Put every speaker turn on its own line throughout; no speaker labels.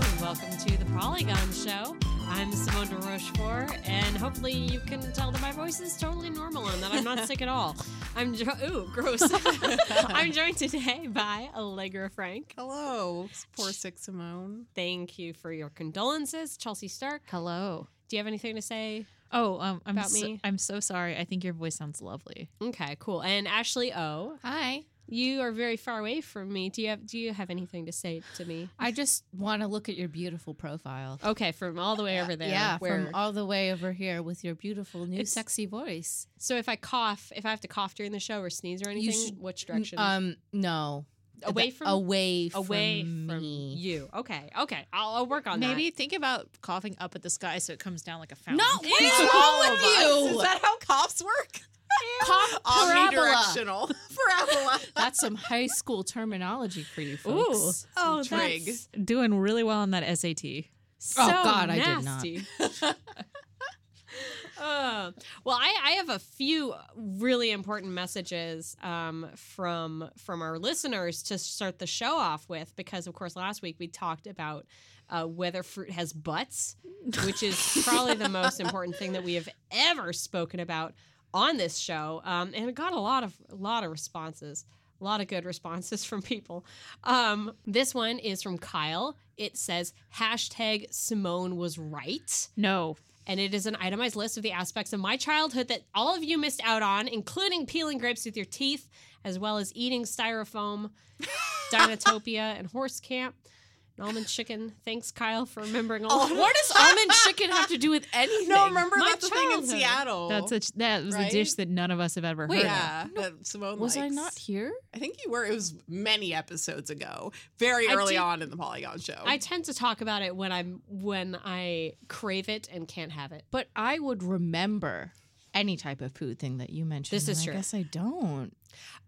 to the Polygon Show. I'm Simone de Rochefort, and hopefully you can tell that my voice is totally normal and that I'm not sick at all. I'm jo- ooh gross. I'm joined today by Allegra Frank.
Hello, poor sick Simone.
Thank you for your condolences, Chelsea Stark.
Hello.
Do you have anything to say?
Oh, um, I'm
About
so,
me?
I'm so sorry. I think your voice sounds lovely.
Okay, cool. And Ashley O,
Hi.
you are very far away from me. Do you have Do you have anything to say to me?
I just want to look at your beautiful profile.
Oh,
Okay, from all the way over there.
yeah,
where-
from all the way over here with your beautiful new
It's-
sexy voice.
so if I cough, if I have to cough during the show or sneeze or anything,
should-
which direction?
Um, no,
away
The-
from
away from
away from
me.
you. Okay, okay. I'll, I'll work on
Maybe think about coughing up at the sky so it comes down like a fountain.
No, what is wrong with you?
Is that how coughs work?
Cough parabola.
Omnidirectional parabola.
Oh,
That's some high school terminology for you
that. Ooh.
folks.
Oh,
Trig.
that's
Doing really well on that SAT.
so
Oh, God, I did not.
nasty. I did not. well, I, I have a few really important messages um, from from our listeners to start the show off with because, of course, last week we talked about uh, whether fruit has butts, which is probably the most important thing that we have ever spoken about on this show, um, and it got a lot of a lot of responses. A lot of good responses from people. Um, this one is from Kyle. It says hashtag Simone was right.
No.
And it is an itemized list of the aspects of my childhood that all of you missed out on, including peeling grapes with your teeth, as well as eating styrofoam, Dinotopia, and horse camp, and almond chicken. Thanks, Kyle, for remembering all of
What does almond chicken have to do with anything?
No, remember
My
that's the thing in
childhood.
Seattle.
That's a, that was
Right?
a dish that none of us have ever
Wait,
heard
yeah, that Simone
uh, was I
likes.
not here?
I think you were. It was many episodes ago, very
I
early
do-
on in the Polygon show.
I tend to talk about it when I'm when I crave it and can't have it.
But I would remember any type of food thing that you mentioned.
This is
and
true.
I guess I don't.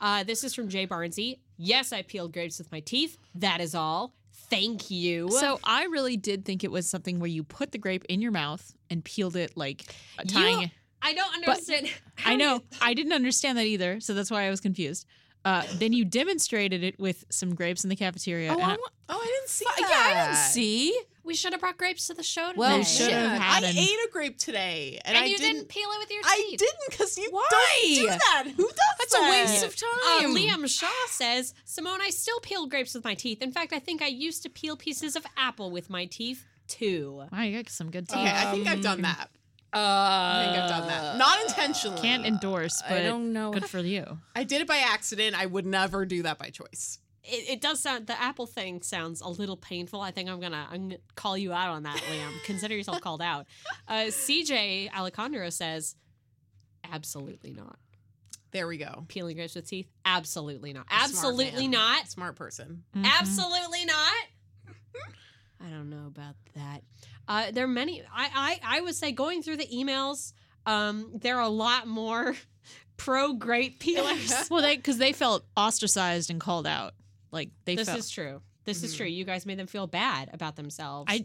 Uh, this is from Jay Barnsey. Yes, I peeled grapes with my teeth. That is all. Thank you.
of. So I really did think it was something where you put the grape in your mouth and peeled it like a
You-
tying.
I don't understand.
I know. I didn't understand that either, so that's why I was confused. Uh, then you demonstrated it with some grapes in the cafeteria.
Oh,
and
I
I-
wa-
oh, I didn't see
yeah,
that.
I didn't see.
We should have brought grapes to the show today.
Well,
They
shit.
should have had
I
an-
ate a grape today, and,
And,
I
you didn't,
didn't.
peel it with your
I
teeth.
didn't because you
Why?
don't do that. Who does
That's a
that? Um,
waste of
Uh,
time.
Liam Shaw says, Simone, I still peel grapes with my teeth. In fact, I think I used to peel pieces of apple with my teeth too.
Wow, you got some good teeth.
Okay, I
Um,
think I've
Um,
done that. I think I've done that. Not intentionally.
uh, Can't endorse, but
I don't know.
good for you.
I did it by accident. I would never do that by choice.
It, it does sound the apple thing sounds a little painful. I think I'm gonna I'm gonna call you out on that, Liam. Consider yourself called out. Uh, CJ Alejandro says, absolutely not
There we go.
peeling grapes with teeth. Absolutely not.
Smart
Absolutely
man.
not.
Smart person.
Mm-hmm.
Absolutely not. I don't know about that. Uh, there are many. I, I I would say going through the emails, um, there are a lot more pro grape peelers.
Well, they because they felt ostracized and called out. Like they
this
felt.
is true. This is
Mhm.
true. You guys made them feel bad about themselves.
I-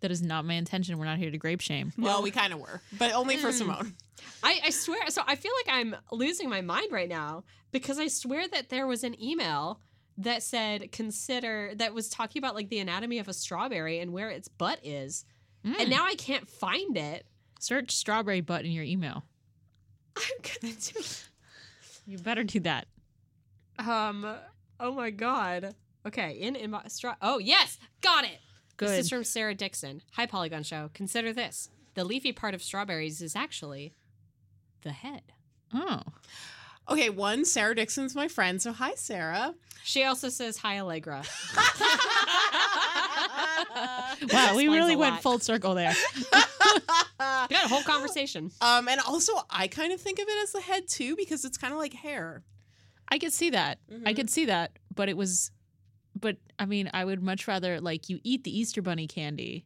that is not my intention. We're not here to grape shame.
Well, we kind of were, but only for
Hmm.
Mm.
Simone.
I, I swear. So I feel like I'm losing my mind right now because I swear that there was an email that said consider that was talking about like the anatomy of a strawberry and where its butt is,
Mm.
and now I can't find it.
Search strawberry butt in your email.
I'm gonna do
You better do that.
Um. Oh my God. Okay. In inbox. Stra- oh yes, got it.
Good.
This is from Sarah Dixon. Hi, Polygon Show. Consider this: the leafy part of strawberries is actually the head.
Oh,
Okay, one, Sarah Dixon's my friend. So hi, Sarah.
She also says hi, Allegra.
wow, we
explains
really
a
went
lot.
full circle there.
We got a whole conversation.
um, and also, I kind of think of it as the head too, because it's kind of like hair.
I could see that. I
Mhm.
could see that, but it was, but I mean, I would much rather like you eat the Easter Bunny candy,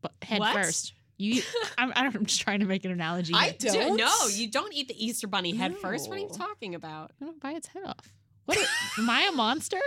but head
What?
first. You, I'm, I don't, I'm just trying to make an analogy.
I
here.
don't.
Dude, no, you don't eat the Easter Bunny head first. What are you
No.
talking about?
I'm gonna buy its head off. What? a- am I a monster?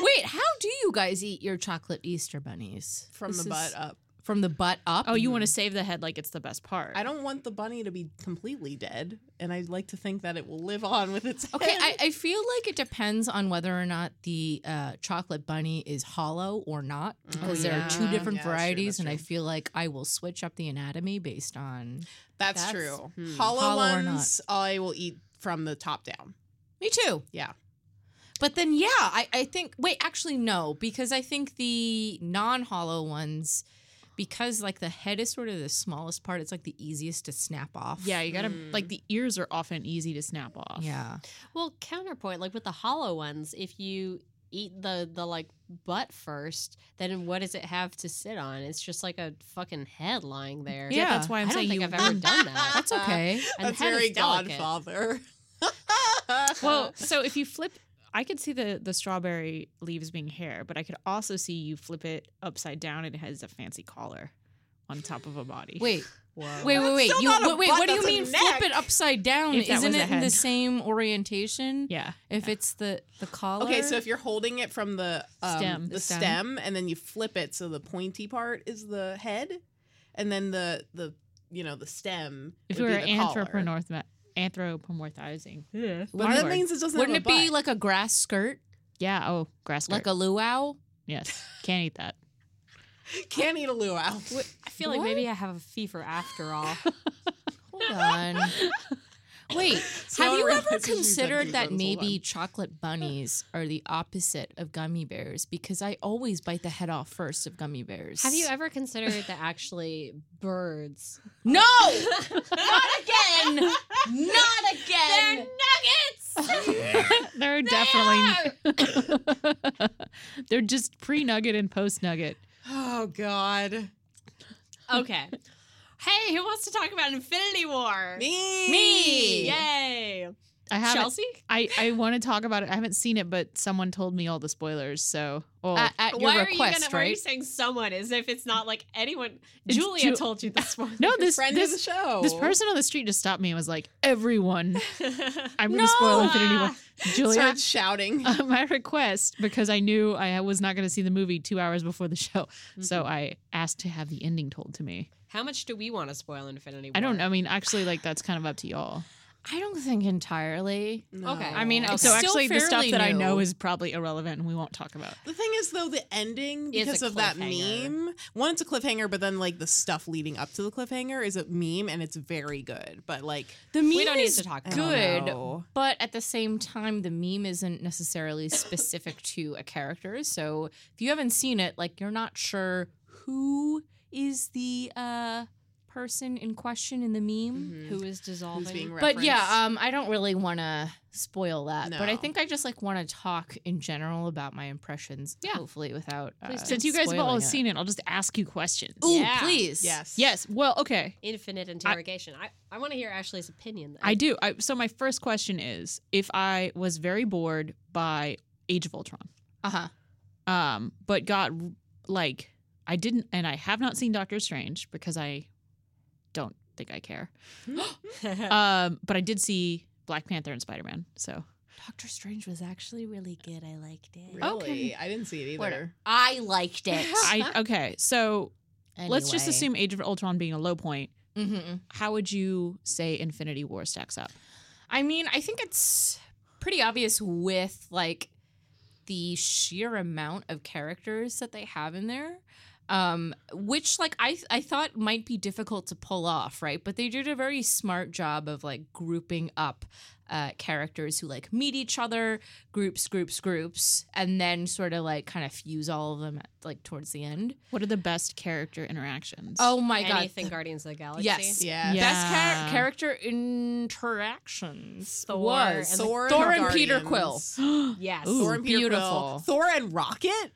Wait, how do you guys eat your chocolate Easter bunnies?
from the
This is-
butt up.
from the butt up.
Oh, you want to save the head like it's the best part.
I don't want the bunny to be completely dead, and I'd like to think that it will live on with its
Okay,
head.
I, I feel like it depends on whether or not the uh, chocolate bunny is hollow or not, because there are two
yeah.
different
Mm. Oh, Yeah, that's true,
varieties,
that's
and I
true.
feel like I will switch up the anatomy based on.
that's,
that's-
true.
hmm.
Hollow,
Hollow or not.
ones, I will eat from the top down.
Me too.
Yeah.
But then, yeah, I, I think. Wait, actually, no, because I think the non hollow ones, because like the head is sort of the smallest part, it's like the easiest to snap off.
Yeah, you gotta
Mm.
like the ears are often easy to snap off.
Yeah.
Well, counterpoint, like with the hollow ones, if you eat the the like butt first, then what does it have to sit on? It's just like a fucking head lying there.
yeah, that's
I
why I'm
don't
saying
think
you
I've ever done that.
That's okay.
And the
that's
head is
very
delicate.
Godfather.
Well, so if you flip, I could see the the strawberry leaves being hair, but I could also see you flip it upside down and it has a fancy collar on top of a body.
Wait,
Whoa.
wait, wait,
That's
wait.
still
You,
not a
wait, wait
butt,
what do you
that's a
mean
neck.
flip it upside down?
If that was
Isn't
the
it in the
head.
same orientation?
yeah,
If
yeah.
it's the the collar.
okay, so if you're holding it from the um,
Stem.
the
The stem.
stem. and then you flip it, so the pointy part is the head, and then the the you know the stem.
if we
would
were
be the collar.
anthropomorph- anthropomorphizing, yeah,
but that means it doesn't.
wouldn't
have
it
a
be
butt.
like a grass skirt,
yeah. Oh, grass like
like a luau?
yes, can't eat that.
Can't eat a luau.
I feel like maybe I have a fever after all.
Hold on. Wait, have
Slow
you
roll.
ever
That's what she said
considered
three
that
times. Hold
maybe
on.
chocolate bunnies are the opposite of gummy bears? Because I always bite the head off first of gummy bears.
have you ever considered that actually birds
No! Not again! Not again!
They're definitely they're just pre nugget and post nugget.
Oh God.
Okay. hey, who wants to talk about Infinity War?
Me.
Me. Yay.
I have
Chelsea?
I, I want to talk about it. I haven't seen it, but someone told me all the spoilers. So, oh. well,
Uh,
At, at your
Why are you
request,
gonna, Why are you
right?
saying someone as if it's not like anyone?
It's
Julia
Ju-
told you this one.
no, this
Friend of the
this,
show.
this person on the street just stopped me and was like, "Everyone, I'm gonna
No!
spoil Infinity War." Julia,
started shouting.
uh, my request because I knew I was not gonna see the movie two hours before the show, so I asked to have the ending told to me.
How much do we want to spoil Infinity War?
I don't. I mean, actually, like that's kind of up to y'all.
I don't think entirely.
Okay.
No.
I mean,
Okay.
So
Still
actually, the stuff
fairly
that I
new.
know is probably irrelevant and we won't talk about.
The thing is, though, the ending
Is a
because of that
cliffhanger.
meme. One, it's a cliffhanger, but then like the stuff leading up to the cliffhanger is a meme, and it's very good. But like,
The meme
We don't need
is
to talk about
it. I don't
good,
know.
but at the same time, the meme isn't necessarily specific to a character. So if you haven't seen it, like you're not sure who is the uh, person in question in the meme.
Who is dissolving?
Mm-hmm. who's being
But yeah,
referenced.
um, I don't really want to spoil that. But I
No.
think I just like want to talk in general about my impressions.
Yeah.
Hopefully, without uh,
Please do.
Since you guys have all
spoiling
seen it, I'll just ask you questions.
Ooh,
Yeah.
please.
yes,
Yes. Well, okay.
Infinite interrogation. I, I want to hear Ashley's opinion. Then.
I do. I, so my first question is: If I was very bored by Age of Ultron,
Uh huh.
um, but got like I didn't, and I have not seen Doctor Strange because I don't think I care. Um, but I did see Black Panther and Spider Man. So
Doctor Strange was actually really good. I liked it.
Really,
Okay.
I didn't see it either.
Whatever. I liked it.
I okay. So let's just
Anyway.
assume Age of Ultron being a low point.
Mhm.
How would you say Infinity War stacks up?
I mean, I think it's pretty obvious with like the sheer amount of characters that they have in there. Um, which like I I thought might be difficult to pull off, right? But they did a very smart job of like grouping up uh, characters who like meet each other, groups, groups, groups, and then sort of like kind of fuse all of them at, like towards the end.
What are the best character interactions?
Oh my god!
Anything Guardians of the Galaxy?
Yes.
Yeah.
Yeah.
Best char- character interactions
Thor
was
and the-
Thor,
Thor
the
and Peter Quill.
Guardians.
Yes.
Ooh.
Thor and Peter
beautiful.
Quill. Thor and Rocket.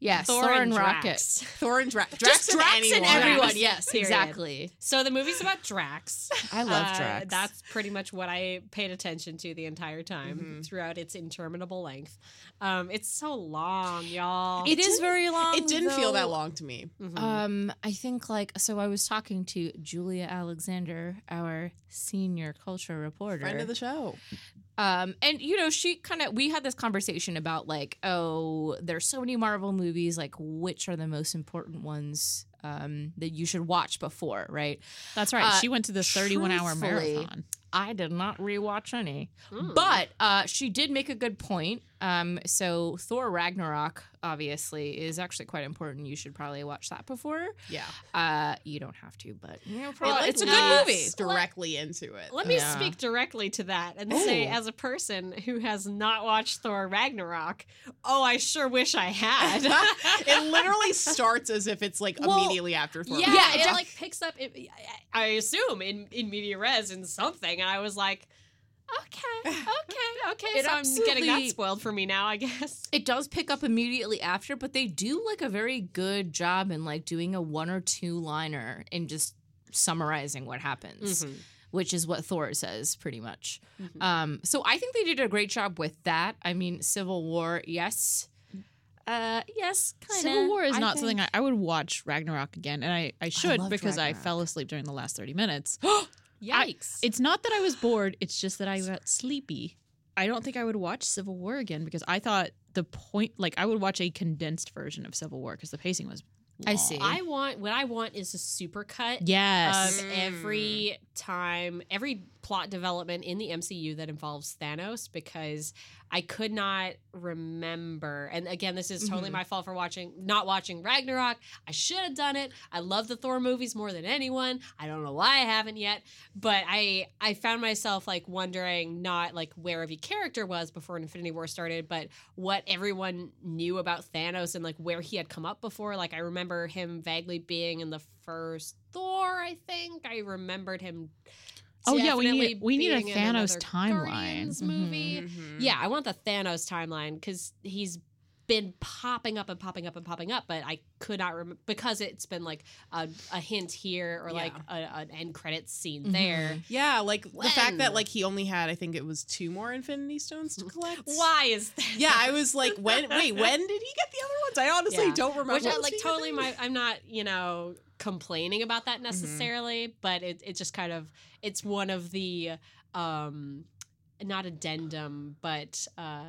Yes,
Thor
Thor,
and
and, Rocket.
Drax.
Thor and Dra- Drax.
Just Drax and
anyone.
everyone.
Drax,
Yes,
period.
exactly.
So the movie's about Drax.
I
Uh, That's pretty much what I paid attention to the entire time
Mm-hmm.
throughout its interminable length. Um, it's so long, y'all.
it is
didn't-
very long.
It didn't feel that
though.
long to me.
Mhm.
Um, I think like so. I was talking to Julia Alexander, our senior culture reporter,
Friend of the show.
Um, and you know, she kind of we had this conversation about like, oh, there's so many Marvel movies. Like, which are the most important ones um, that you should watch before, right?
That's right.
Uh,
she went to the 31 hour
truthfully-
marathon.
I did not rewatch any.
Mm.
But uh, she did make a good point. Um, so Thor Ragnarok, obviously, is actually quite important. You should probably watch that before.
Yeah.
Uh, you don't have to, but you know,
It,
probably,
like,
it's a
leads
good movie.
Directly into it.
Let me
Yeah.
speak directly to that and say,
Ooh.
as a person who has not watched Thor Ragnarok, oh, I sure wish I had.
it literally starts as if it's like
Well,
immediately after Thor.
Yeah,
Yeah,
it,
def-
like picks up. It, I assume in in media res in something, and I was like, okay, okay, okay.
It
so I'm getting that
absolutely-
spoiled for me now, I guess.
It does pick up immediately after, but they do like a very good job in like doing a one or two liner and just summarizing what happens.
Mm-hmm.
which is what Thor says pretty much.
Mm-hmm.
Mhm.
Um, so I think they did a great job with that. I mean, Civil War, yes, uh, yes, kind of.
Civil War is not something I, I would watch Ragnarok again, and I, I should
loved
because I
Ragnarok.
fell asleep during the last 30 minutes.
Yikes!
It's not that I was bored, it's just that I got sleepy. I don't think I would watch Civil War again because I thought the point, like, I would watch a condensed version of Civil War because the pacing was.
I
long.
see.
I want what I want is a super cut
Yes.
of Um, every time, every plot development in the MCU that involves Thanos because I could not remember. And again, this is totally
Mhm.
my fault for watching, not watching Ragnarok. I should have done it. I love the Thor movies more than anyone. I don't know why I haven't yet, but I I found myself like wondering not like where every character was before Infinity War started, but what everyone knew about Thanos and like where he had come up before. Like I remember him vaguely being in the first Thor. I think I remembered him.
Oh, yeah, we need-
definitely
we need a
being in
Thanos
another
timeline. Mm-hmm.
Guardians
Mhm.
movie.
Mhm.
Yeah, I want the Thanos timeline because he's been popping up and popping up and popping up, but I could not remember because it's been like a, a hint here or like a, an end credits scene
Mm-hmm.
there.
Yeah, like the fact
When?
that like he only had, I think it was two more Infinity Stones to collect.
Why is that?
Yeah, I was like, when? Wait, when did he get the other ones? I honestly
Yeah.
don't remember.
Which I
those
like
being a
totally
thing.
my I'm not, you know, complaining about that necessarily, but it it just kind of it's one of the um not addendum, but uh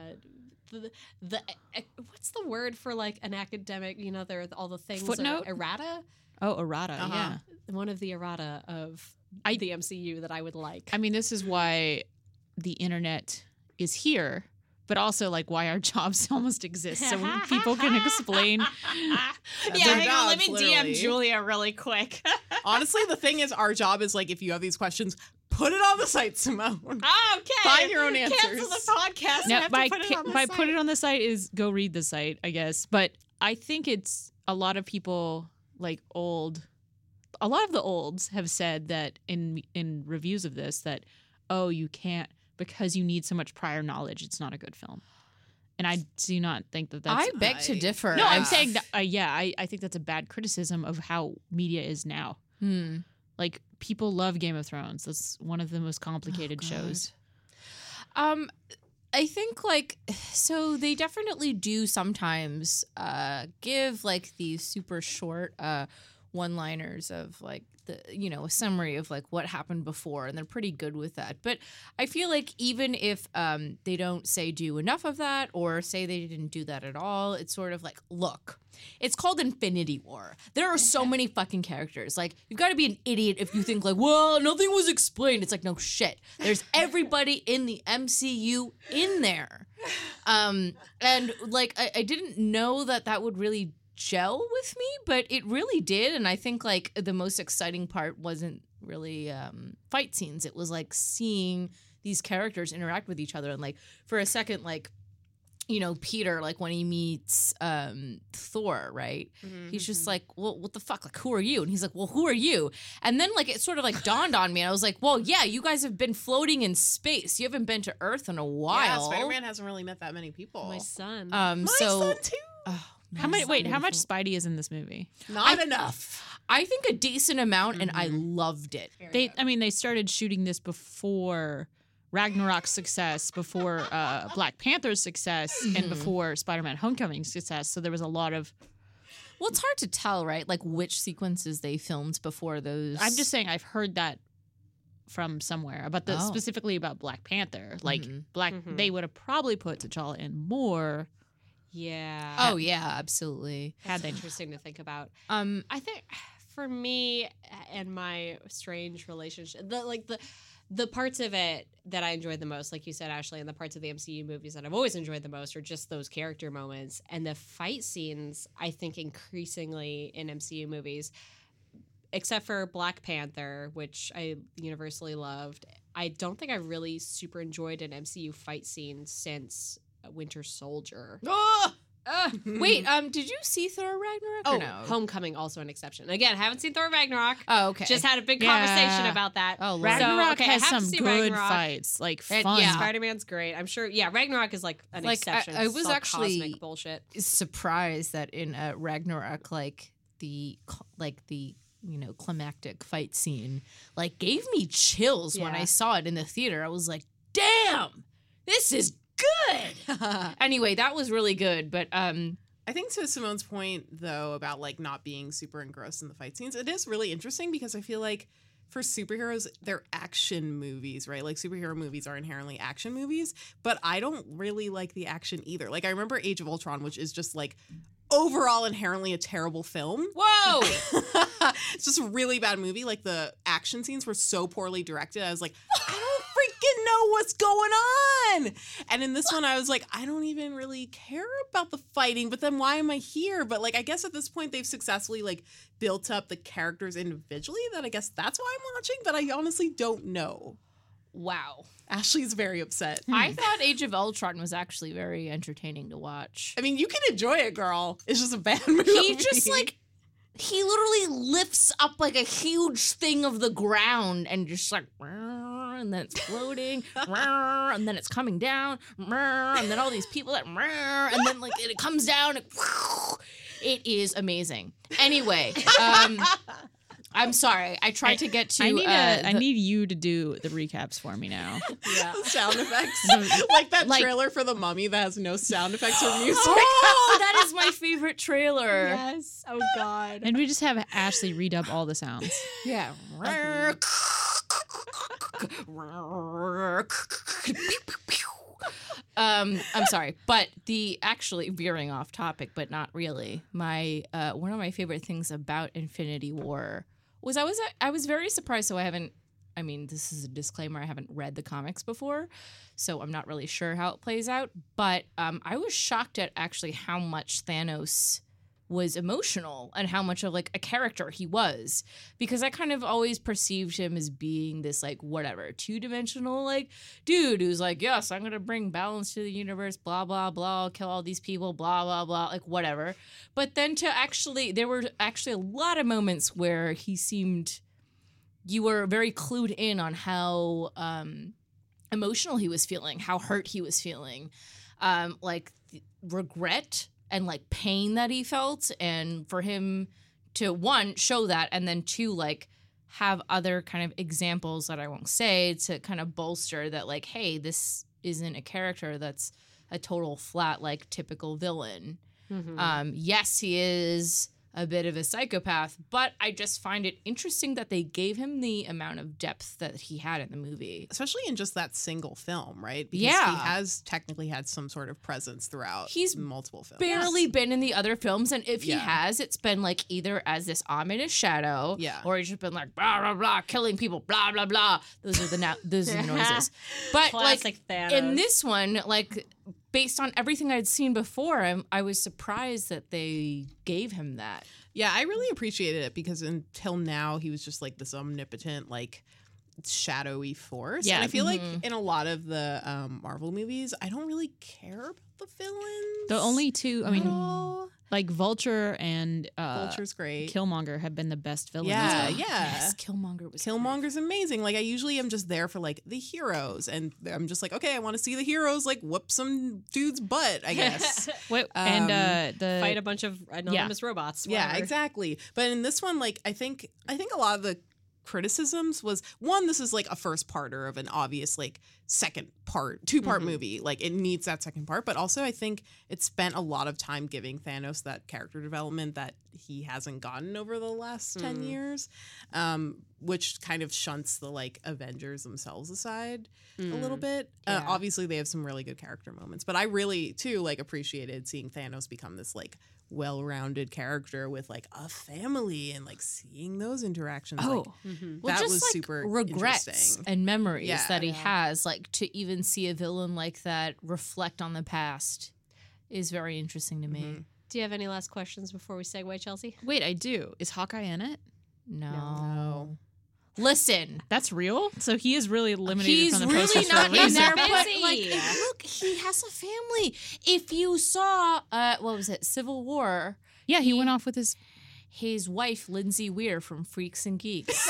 the, the e, what's the word for like an academic you know there all the things that are
Footnote?
errata
Oh, errata.
Uh-huh.
Yeah.
one of the errata of
I-
the MCU that I would like.
I mean, this is why the internet is here, but also like why our jobs almost exist so people can explain.
That's
yeah,
our
hang on. Let me
jobs,
DM
literally.
Julia really quick.
Honestly, the thing is, our job is like, if you have these questions, put it on the site, Simone.
oh, okay.
Find your own
Cancel the
answers.
podcast.
No,
and have
by,
to put it
ca-
on the
by
site.
put it on the site is go read the site, I guess. But I think it's a lot of people like old, a lot of the olds have said that in in reviews of this that oh you can't because you need so much prior knowledge, it's not a good film. And I do not think that that's
I beg to
I-
differ.
No, I'm
Perhaps.
saying that. Uh, yeah, I, I think that's a bad criticism of how media is now.
Hmm.
Like people love Game of Thrones. That's one of the most
Oh,
complicated shows.
Um, I think like so they definitely do sometimes uh give like these super short uh one liners of like the you know a summary of like what happened before and they're pretty good with that but i feel like even if um they don't say do enough of that or say they didn't do that at all it's sort of like look it's called infinity war there are so many fucking characters like you've got to be an idiot if you think like well nothing was explained it's like no shit there's everybody in the mcu in there um and like I, I didn't know that that would really gel with me but it really did and i think like the most exciting part wasn't really um fight scenes it was like seeing these characters interact with each other and like for a second like you know peter like when he meets um thor right he's just like well what the fuck like who are you and he's like well who are you and then like it sort of like dawned on me and i was like well yeah you guys have been floating in space you haven't been to earth in a
yeah,
while
Spider Man hasn't really met that many people.
My son.
um, so
son too.
Oh,
How much?
that's
Wait, how much
beautiful.
Spidey is in this movie?
Not
I-
enough.
I think a decent amount, and I loved it.
They, I mean, they started shooting this before Ragnarok's success, before uh, Black Panther's success, and
Mhm.
before Spider-Man: Homecoming's success. So there was a lot of.
Well, it's hard to tell, right? Like which sequences they filmed before those.
I'm just saying, I've heard that from somewhere about the
Oh.
specifically about Black Panther. Like
Mhm.
Black,
Mhm.
they would have probably put T'Challa in more
Yeah.
Oh yeah, absolutely.
That's
Had they not.
interesting to think about.
Um,
I think for me and my strange relationship, the like the the parts of it that I enjoyed the most, like you said, Ashley, and the parts of the MCU movies that I've always enjoyed the most are just those character moments and the fight scenes. I think increasingly in MCU movies, except for Black Panther, which I universally loved. I don't think I really super enjoyed an MCU fight scene since uh, Winter Soldier.
Oh!
uh, wait. Um, did you see Thor Ragnarok? or
Oh,
no.
Homecoming also an exception. Again, haven't seen Thor Ragnarok.
oh, okay.
Just had a big
Yeah.
conversation about that.
oh, Lord.
So,
Ragnarok
okay, I
has
have to
some
see
good
Ragnarok.
fights, like
And-
fun.
yeah.
Spider Man's great. I'm sure. Yeah, Ragnarok is like an
Like, I-
exception.
I
It's
was
all
actually-
cosmic bullshit.
surprised that in uh, Ragnarok, like the cl- like the you know climactic fight scene, like gave me chills when
Yeah.
I saw it in the theater. I was like, "Damn, this is good."
I
anyway, that was really good, but um,
think to Simone's point though about like not being super engrossed in the fight scenes, it is really interesting because I feel like for superheroes, they're action movies, right? Like superhero movies are inherently action movies, but I don't really like the action either. Like I remember Age of Ultron, which is just like overall inherently a terrible film.
whoa,
it's just a really bad movie. Like the action scenes were so poorly directed. I was like, I don't freaking know what's going on. And in this one, I was like, I don't even really care about the fighting. But then why am I here? But like, I guess at this point, they've successfully like built up the characters individually. That I guess that's why I'm watching. But I honestly don't know.
wow!
Ashley's very upset.
I thought Age of Ultron was actually very entertaining to watch.
I mean, you can enjoy it, girl. It's just a bad movie.
He just like he literally lifts up like a huge thing of the ground and just like "Rrr," and then it's floating "Rrr," and then it's coming down "Rrr," and then all these people that "Rrr," and then like it comes down and it is amazing anyway um i'm sorry i tried to get to
I need
uh,
a, I
the-
need you to do the recaps for me now.
yeah.
sound effects.
The-
like that
Like-
trailer for the mummy that has no sound effects or music.
oh that is my favorite trailer
Yes. Oh God.
and we just have Ashley redub all the sounds.
Yeah. um, I'm sorry, but the actually veering off topic, but not really. My uh, one of my favorite things about Infinity War was I was I was very surprised. So I haven't. I mean, this is a disclaimer. I haven't read the comics before, so I'm not really sure how it plays out. But um, I was shocked at actually how much Thanos was emotional and how much of like a character he was because I kind of always perceived him as being this like whatever two dimensional like dude who's like yes I'm gonna bring balance to the universe blah blah blah I'll kill all these people blah blah blah like whatever but then to actually there were actually a lot of moments where he seemed you were very clued in on how um emotional he was feeling how hurt he was feeling um like th- regret and like pain that he felt and for him to one show that and then two like have other kind of examples that I won't say to kind of bolster that like hey this isn't a character that's a total flat like typical villain
Mm-hmm.
Mm-hmm.
um, yes, he is a bit of a psychopath, but I just find it interesting that they gave him the amount of depth that he had in the movie.
Especially in just that single film, right? Because he
Yeah.
has technically had some sort of presence throughout
He's
multiple films.
Barely been in the other films, and if
Yeah.
he has, it's been like either as this ominous shadow,
Yeah.
or he's just been like blah blah blah, killing people, blah blah blah. Those are the now those are the noises. But like
Classic Thanos.
in this one, like based on everything I'd seen before, I'm, I was surprised that they gave him that.
Yeah, I really appreciated it because until now he was just like this omnipotent, like shadowy force.
Yeah. Mm-hmm.
And I feel like
Mhm.
in a lot of the um, Marvel movies, I don't really care about the villains.
The only two, I
at
mean, uh,
all.
like Vulture and uh,
Vulture's great.
Killmonger have been the best villains.
yeah, Uh, yeah.
Yes, Killmonger was great.
Killmonger's amazing. Like I usually am just there for like the heroes, and I'm just like, okay, I want to see the heroes like whoop some dude's butt. I guess.
Wait, and uh, the
fight a bunch of anonymous robots.
yeah,
whatever.
exactly. But in this one, like I think I think a lot of the criticisms was one this is like a first parter of an obvious like second part two part
Mhm.
movie like it needs that second part but also i think it spent a lot of time giving thanos that character development that he hasn't gotten over the last 10
Mm.
years um which kind of shunts the like avengers themselves aside a
Mm,
little bit. Uh,
yeah.
obviously, they have some really good character moments, but I really too like appreciated seeing Thanos become this like well-rounded character with like a family and like seeing those interactions. like,
Mm-hmm.
Oh, Well,
That
just
was
like
super
regrets
interesting.
and memories
Yeah.
that he
Yeah.
has, like to even see a villain like that reflect on the past, is very interesting to me.
Mhm.
Do you have any last questions before we segue, Chelsea?
Wait, I do. Is Hawkeye in it?
No.
No.
listen,
That's real. So he is really eliminated
he's
from the
really
posters for a
not in
reason.
there. But
Busy.
like, if- look, he has a family. If you saw, uh, what was it, Civil War?
Yeah, he went off with his.
His wife, Lindsay Weir from Freaks and Geeks.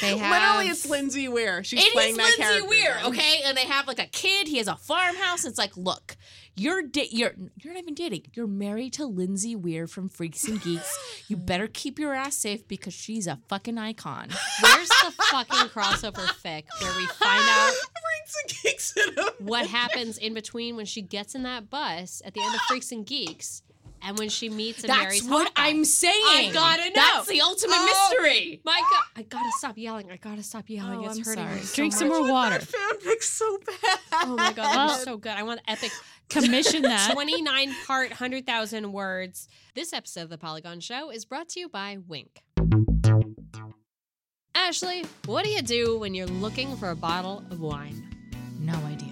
They have-
Literally, it's Lindsay Weir. She's
It is
playing that
Lindsay
character.
Weir,
now.
okay? And they have like a kid. He has a farmhouse. It's like, look, you're da- you're you're not even dating. You're married to Lindsay Weir from Freaks and Geeks. you better keep your ass safe because she's a fucking icon.
Where's the fucking crossover fic where we find out
Freaks and geeks in a-
what happens in between when she gets in that bus at the end of Freaks and Geeks and when she meets and
That's
marries
what
Hawkeye?
I'm saying.
I gotta know.
That's the ultimate
Oh.
mystery.
My God, I gotta stop yelling. I gotta stop yelling.
Oh,
it's
I'm
hurting. me
sorry.
so
Drink some
much.
more water.
That fanfic's so bad.
Oh my god, that
Well-
was so good. I want the epic
Commission that.
29 part, 100,000 words. This episode of The Polygon Show is brought to you by Wink. Ashley, what do you do when you're looking for a bottle of wine?
No idea.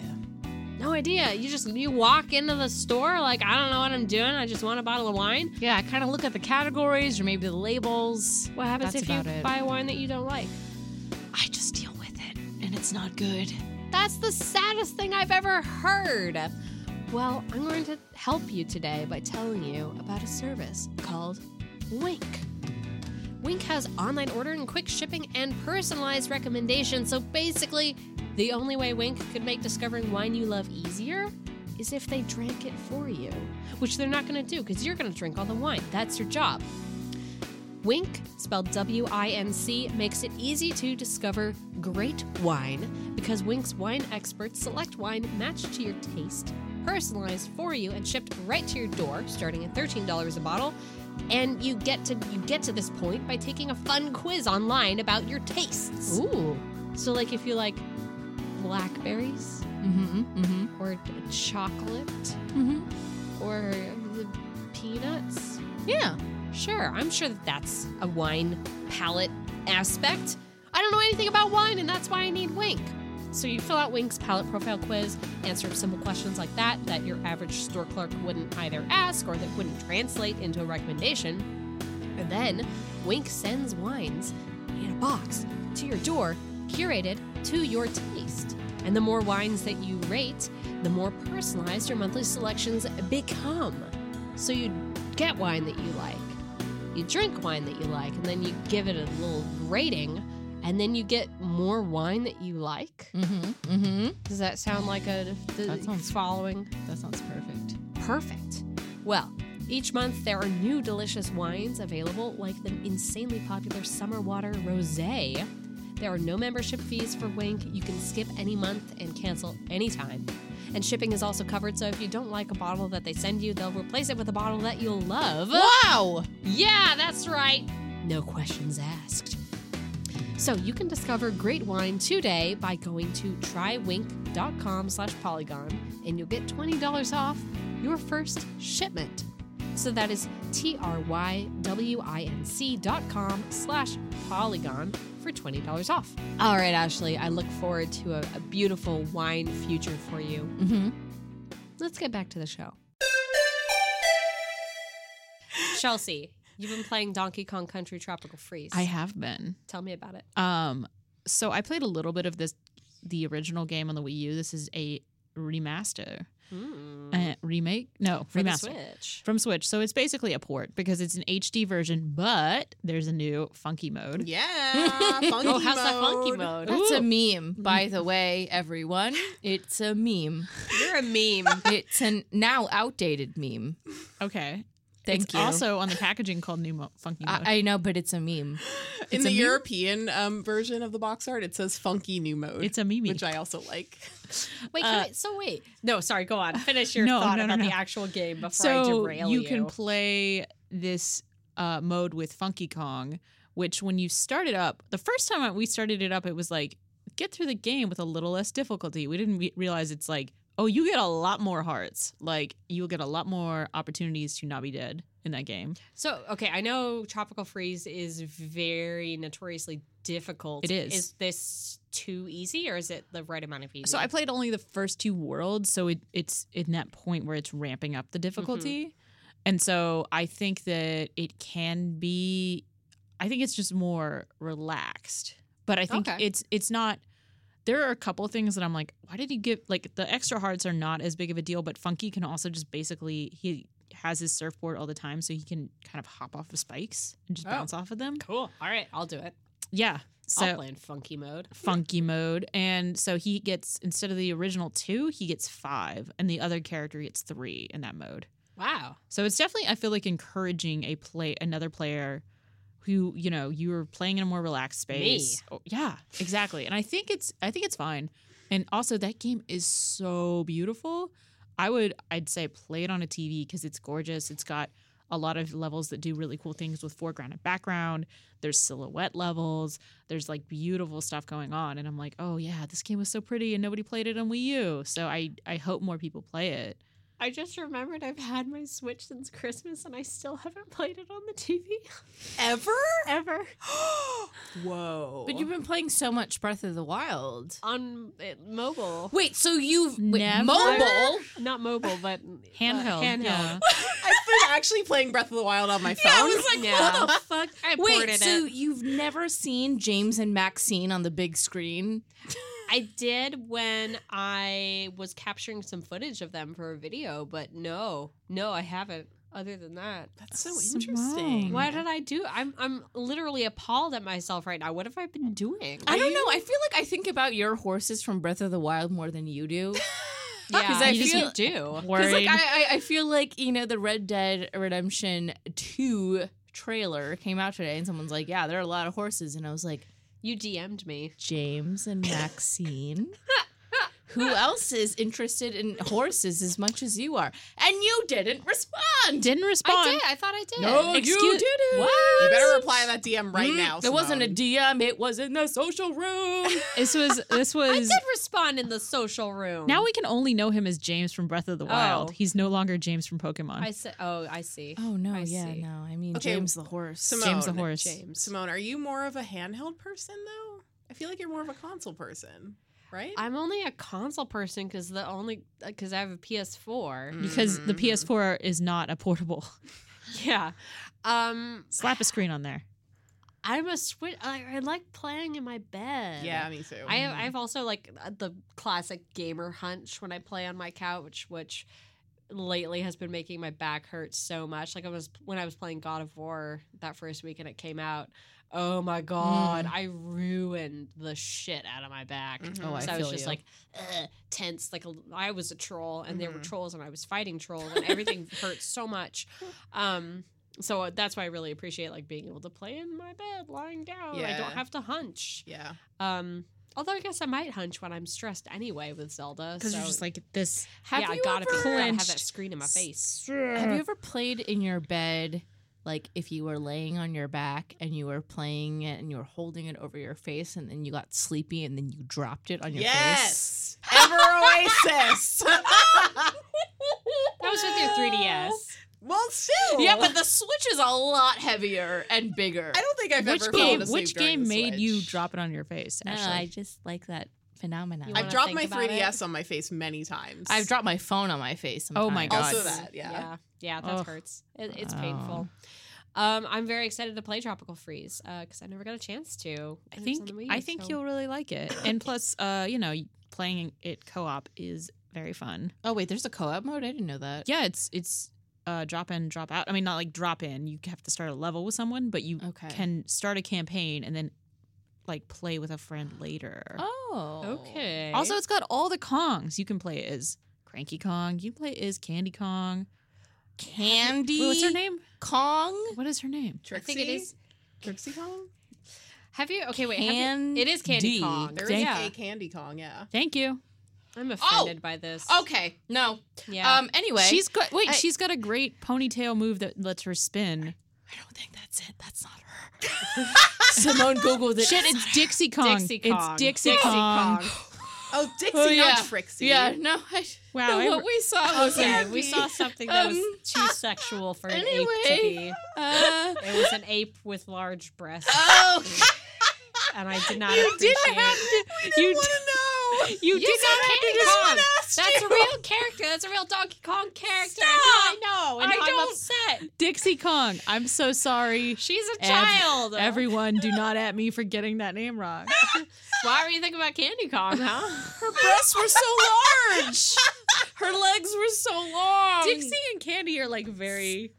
No idea. You just you walk into the store like I don't know what I'm doing. I just want a bottle of wine.
Yeah, I kind of look at the categories or maybe the labels.
What happens
That's
if you
about it.
buy wine that you don't like?
I just deal with it, and it's not good.
That's the saddest thing I've ever heard. Well, I'm going to help you today by telling you about a service called Wink. Wink has online ordering, quick shipping, and personalized recommendations. So basically, the only way Wink could make discovering wine you love easier is if they drank it for you, which they're not going to do because you're going to drink all the wine. That's your job. Wink, spelled W I N C, makes it easy to discover great wine because Wink's wine experts select wine matched to your taste, personalized for you, and shipped right to your door, starting at $13 a bottle. And you get to you get to this point by taking a fun quiz online about your tastes.
Ooh.
So like if you like blackberries
Mm-hmm. Mm-hmm.
or chocolate
Mm-hmm.
or the peanuts,
Yeah.
Sure, I'm sure that that's a wine palate aspect. I don't know anything about wine, and that's why I need Wink. So you fill out Wink's palate profile quiz, answer simple questions like that that your average store clerk wouldn't either ask or that wouldn't translate into a recommendation. And then Wink sends wines in a box to your door, curated to your taste. And the more wines that you rate, the more personalized your monthly selections become. So you get wine that you like, you drink wine that you like, and then you give it a little rating, and then you get more wine that you like.
Mm-hmm. Mm-hmm.
Does that sound like a the
That sounds-
following?
That sounds perfect.
Perfect. Well, each month there are new delicious wines available, like the insanely popular Summer Water Rosé. There are no membership fees for Wink. You can skip any month and cancel anytime. And shipping is also covered, so if you don't like a bottle that they send you, they'll replace it with a bottle that you'll love.
Wow!
Yeah, that's right. No questions asked. So you can discover great wine today by going to trywink.com slash polygon and you'll get $20 off your first shipment. So that is T-R-Y-W-I-N-C dot com slash polygon for $20 off. All right, Ashley, I look forward to a, a beautiful wine future for you.
Mm-hmm.
Let's get back to the show. Chelsea, you've been playing Donkey Kong Country Tropical Freeze.
I have been.
Tell me about it.
Um, so I played a little bit of this, the original game on the Wii U. This is a remaster,
Hmm.
uh, remake. No,
For the
remaster
Switch.
from Switch. So it's basically a port because it's an HD version, but there's a new funky mode.
Yeah, funky
Oh, how's that funky
mode.
mode?
That's a
Ooh.
meme, by
Mm-hmm.
the way, everyone. It's a meme.
You're a meme.
It's an now outdated meme.
Okay.
Thank
it's
you.
also on the packaging called New Mo- Funky Mode.
I, I know, but it's a
In
meme.
It's
the
a meme?
European um, version of the box art, it says funky new mode,
it's a meme.
which I also like.
Wait,
Uh,
can
so wait. No, sorry. Go on. Finish your
No,
thought
no, no,
about
no.
the actual game before I
so
derail you.
you can play this uh, mode with Funky Kong, which when you start it up, the first time I- we started it up, it was like get through the game with a little less difficulty. We didn't re- realize it's like oh you get a lot more hearts, like you'll get a lot more opportunities to not be dead in that game.
So okay, I know tropical freeze is very notoriously difficult.
It is.
Is this too easy, or is it the right amount of easy?
So I played only the first two worlds, so it, it's in that point where it's ramping up the
Mm-hmm.
difficulty. And so I think that it can be I think it's just more relaxed. But I think
Okay.
it's it's not there are a couple of things that I'm like, why did he give like the extra hearts are not as big of a deal, but Funky can also just basically he has his surfboard all the time so he can kind of hop off of spikes and just
Oh.
bounce off of them.
cool. All right, I'll do it.
Yeah. So
I'll play in funky mode.
funky mode and so he gets instead of the original two he gets five and the other character gets three in that mode
Wow.
so it's definitely i feel like encouraging a play another player who you know you were playing in a more relaxed space Oh, yeah exactly and i think it's i think it's fine and also that game is so beautiful i would i'd say play it on a tv because it's gorgeous it's got a lot of levels that do really cool things with foreground and background there's silhouette levels there's like beautiful stuff going on and i'm like oh yeah this game was so pretty and nobody played it on wii u so i i hope more people play it
I just remembered I've had my Switch since Christmas, and I still haven't played it on the TV
Ever?
ever.
Whoa.
But you've been playing so much Breath of the Wild.
On uh, mobile,
Wait, so you've wait,
Never?
mobile?
not mobile, but
handheld
Uh, handheld.
yeah.
I've been actually playing Breath of the Wild on my phone.
yeah.
the fuck?
I
Wait,
ported
so
it.
you've never seen James and Maxine on the big screen?
I did when I was capturing some footage of them for a video, but no, no, I haven't. Other than that,
That's so
Simone.
interesting.
Why did I do? I'm I'm literally appalled at myself right now. What have I been doing?
I don't know. I feel like I think about your horses from Breath of the Wild more than you do.
yeah,
'Cause I
you just
feel-
can't do.
Because like
Worried.
I, I, I feel like you know the Red Dead Redemption Two trailer came out today, and someone's like, "Yeah, there are a lot of horses," and I was like,
You DM'd me.
"James and Maxine." Who else is interested in horses as much as you are? And you didn't respond.
didn't respond.
I thought I did.
Excuse-
didn't.
What?
You better reply to that DM right
Mm,
now.
There wasn't a
Simone.
DM. It was in the social room.
This was this
I
was.
did respond in the social room.
Now we can only know him as James from Breath of the Wild.
Oh.
He's no longer James from Pokemon.
I said, "Oh, I see."
oh no!
I
yeah,
see.
no. I mean,
Okay,
James the horse.
Simone,
James the horse.
James.
Simone, are you more of a handheld person though? I feel like you're more of a console person, right?
I'm only a console person because the only because I have a PS4.
Because
Mm-hmm.
the PS4 is not a portable.
Yeah, um,
Slap a screen on there.
I'm a switch. I, I like playing in my bed.
Yeah, me too.
I
Mm-hmm.
have, I've also like uh, the classic gamer hunch when I play on my couch, which lately has been making my back hurt so much. Like I was when I was playing God of War that first weekend it came out. Oh my god,
Mm.
I ruined the shit out of my back.
Mhm.
Oh, I
so I was
feel
just
you.
like ugh, tense. Like a, I was a troll, and there were
Mhm.
trolls, and I was fighting trolls, and everything hurt so much. Um, so uh, that's why I really appreciate like being able to play in my bed, lying down. I
Yeah.
don't have to hunch.
yeah.
Um, although I guess I might hunch when I'm stressed anyway with Zelda.
Because
so,
you're just like this.
Have
yeah, I
you
gotta, be-
ever
gotta have that screen in my face.
Have you ever played in your bed, like if you were laying on your back and you were playing it and you were holding it over your face and then you got sleepy and then you dropped it on your
Yes.
face?
Ever Oasis.
That was with your 3DS.
well, still.
Yeah, but the Switch is a lot heavier and bigger.
I don't think I've
Which
ever
game?
fallen asleep
Which
during
game
the
made you
Switch.
drop it on your face?
No,
Ashley?
I just like that phenomenon.
You
I've
wanna
dropped
think
my
about
3DS on my face many times.
I've dropped my phone on my face.
Oh my
sometimes.
Also that, yeah.
yeah, yeah, that
Ugh.
hurts. It, it's
Wow.
painful. Um, I'm very excited to play Tropical Freeze because I never got a chance to.
I
when it was
think
on the Wii,
I think
so-
you'll really like it. And plus, uh, you know, playing it co-op is very fun.
Oh wait, there's a co-op mode. I didn't know that.
Yeah, it's it's uh, drop in, drop out. I mean, not like drop in. You have to start a level with someone, but you
Okay.
can start a campaign and then like play with a friend later.
oh.
Okay.
Also, it's got all the Kongs you can play as Cranky Kong. You can play as Candy Kong,
Candy.
Wait, what's her name?
Kong.
What is her name?
Trixie?
I think it is.
Trixie Kong?
Have you? Okay, wait. have you-
And
it is Candy
D.
Kong.
There is
Thank-
yeah,
a Candy Kong, yeah.
Thank you.
I'm offended by this.
Okay. No.
yeah.
Oh, Um. Anyway.
She's got wait,
I-
she's got a great ponytail move that lets her spin.
I don't think that's it. That's not her.
Simone Googled it. Shit, it's Dixie Kong.
Dixie Kong.
It's Dixie, Kong.
Oh, Dixie,
Oh, yeah.
not Trixie.
Yeah. No. I,
Wow,
no,
I-
what we saw was
Okay,
Candy.
we saw something that was
Um,
too sexual for an ape to
anyway.
be.
Uh,
It was an ape with large breasts,
oh.
and I did not
You
appreciate.
didn't have to.
you
want to know.
You
You
did
said
not have to
Candy
describe.
Kong.
That's a real character. That's a real Donkey Kong character.
Stop.
I know, and
I
I am
don't-
upset.
Dixie Kong. I'm so sorry.
She's a
Ev-
child.
Everyone, do not at me for getting that name wrong.
Why were you thinking about Candy Kong, huh?
Her breasts were so large. Her legs were so long.
Dixie and Candy are like very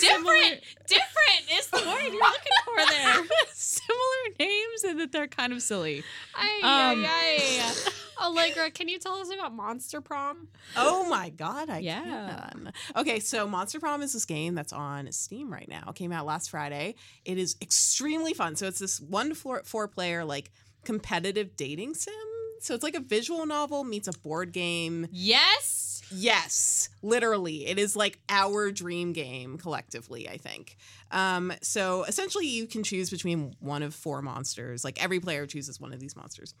different, different is the word you're looking for there.
similar names and that they're kind of silly.
Ay,
Um.
ay, ay. Allegra, can you tell us about Monster Prom?
Oh my god, I
Yeah.
can. Okay, so Monster Prom is this game that's on Steam right now. It came out last Friday. It is extremely fun. So it's this one to four, four player like competitive dating sim. So it's like a visual novel meets a board game.
Yes.
Yes, literally. It is like our dream game collectively, I think. Um, so essentially, you can choose between one of four monsters. Like every player chooses one of these monsters.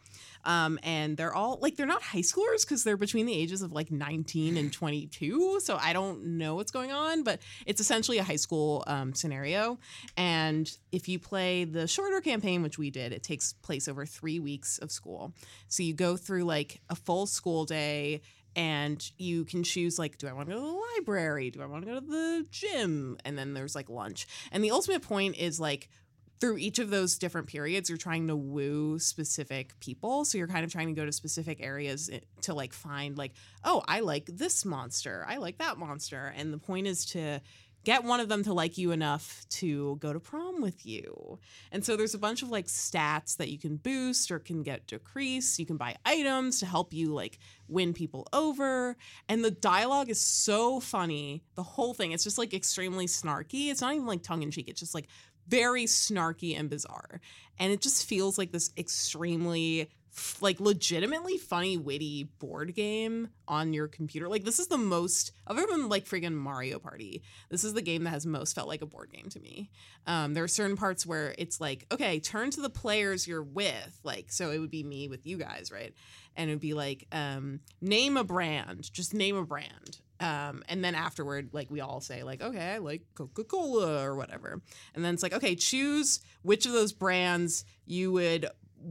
Um, and they're all like, they're not high schoolers because they're between the ages of like 19 and 22. So I don't know what's going on, but it's essentially a high school um, scenario. And if you play the shorter campaign, which we did, it takes place over three weeks of school. So you go through like a full school day and you can choose like do i want to go to the library do i want to go to the gym and then there's like lunch and the ultimate point is like through each of those different periods you're trying to woo specific people so you're kind of trying to go to specific areas i- to like find like oh i like this monster i like that monster and the point is to get one of them to like you enough to go to prom with you and so there's a bunch of like stats that you can boost or can get decreased you can buy items to help you like win people over. And the dialogue is so funny. The whole thing, it's just like extremely snarky. It's not even like tongue in cheek, it's just like very snarky and bizarre. And it just feels like this extremely, f- like, legitimately funny, witty board game on your computer. Like, this is the most, other than like friggin' Mario Party, this is the game that has most felt like a board game to me. Um, there are certain parts where it's like, okay, turn to the players you're with. Like, so it would be me with you guys, right? and it'd be like um, name a brand just name a brand um, and then afterward like we all say like okay i like coca-cola or whatever and then it's like okay choose which of those brands you would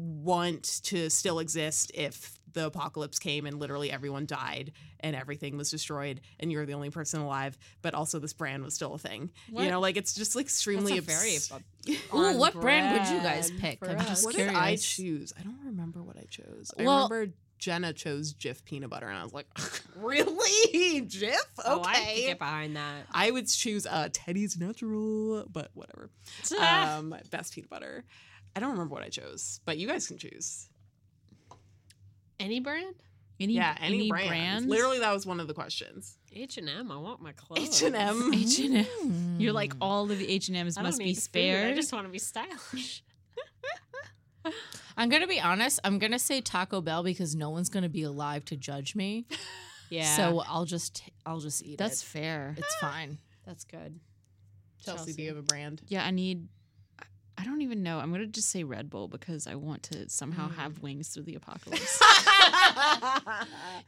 want to still exist if the apocalypse came and literally everyone died and everything was destroyed and you're the only person alive but also this brand was still a thing
What?
you know like it's just like extremely abs-
Ooh, what brand would you guys pick? I'm just
what did I choose? I don't remember what I chose.
Well-
I remember Jenna chose Jif peanut butter, and I was like, really, Jif? Okay.
Oh, I could get behind that.
I would choose uh, Teddy's Natural, but whatever. Um, best peanut butter. I don't remember what I chose, but you guys can choose.
Any brand?
Any,
yeah, any, brand.
brand?
Literally, that was one of the questions.
H and M. I want my clothes.
H and M.
H and M. You're like
Mm.
all of the H and M's
I don't
must
need
be
food,
spared.
I just want to be stylish.
I'm gonna be honest. I'm gonna say Taco Bell because no one's gonna be alive to judge me.
Yeah.
So I'll just I'll just eat
That's
it.
fair.
It's fine.
that's good.
Chelsea, do you have a brand?
Yeah, I need. I- I don't even know. I'm gonna just say Red Bull because I want to somehow have wings through the apocalypse.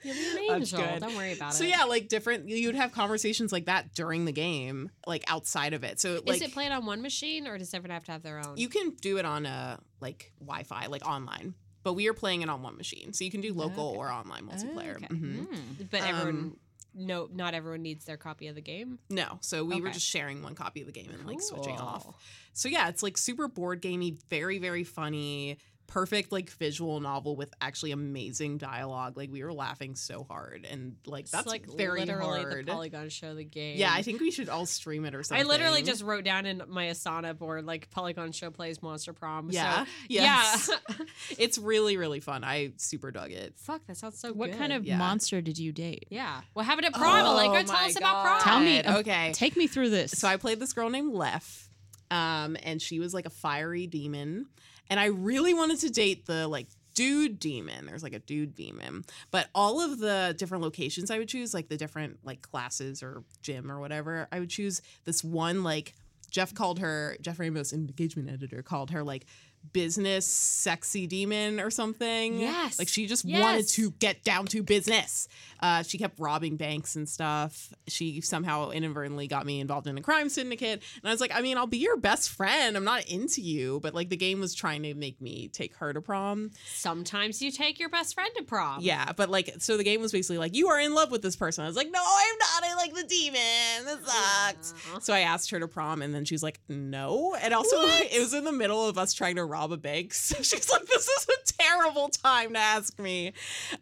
You'll be an
That's
angel.
good.
Don't worry about
So
it.
yeah, like different. You'd have conversations like that during the game, like outside of it. So like,
is it played on one machine or does everyone have to have their own?
You can do it on a like Wi-Fi, like online. But we are playing it on one machine, so you can do local
Okay.
or online multiplayer.
okay.
Mhm.
Mm.
but
um,
everyone, no, not everyone needs their copy of the game.
No, so we were
Okay.
just sharing one copy of the game and like switching off.
Cool.
So yeah, it's like super board gamey, very very funny, perfect like visual novel with actually amazing dialogue. Like we were laughing so hard, and like
It's
that's
like
very
literally
hard.
the Polygon show the game.
yeah, I think we should all stream it or
I
something.
literally just wrote down in my Asana board like Polygon show plays Monster Prom.
yeah,
So,
yes.
Yeah.
it's really really fun. I super dug it.
Fuck, that sounds so
What
good.
kind of
yeah.
monster did you date?
Yeah. What happened at prom?
Oh
Like, tell
my
us about prom.
Tell me.
God. Okay.
Take me through this.
So I played this girl named Lef, um, and she was like a fiery demon. And I really wanted to date the like dude demon. There's like a dude demon, but all of the different locations I would choose, like the different like classes or gym or whatever, I would choose this one like. Jeff called her, Jeff Ramos, engagement editor, called her like business sexy demon or something.
Yes.
Like she just
Yes.
wanted to get down to business. Uh, she kept robbing banks and stuff. She somehow inadvertently got me involved in a crime syndicate. And I was like, I mean, I'll be your best friend. I'm not into you. But like the game was trying to make me take her to prom.
Sometimes you take your best friend to prom.
Yeah. But like, so the game was basically like, you are in love with this person. I was like, no, I'm not. I like the demon. This sucks.
Aw.
So I asked her to prom, and then she's like, "No." And also, it was in the middle of us trying to rob a bank, so she's like, "This is a terrible time to ask me."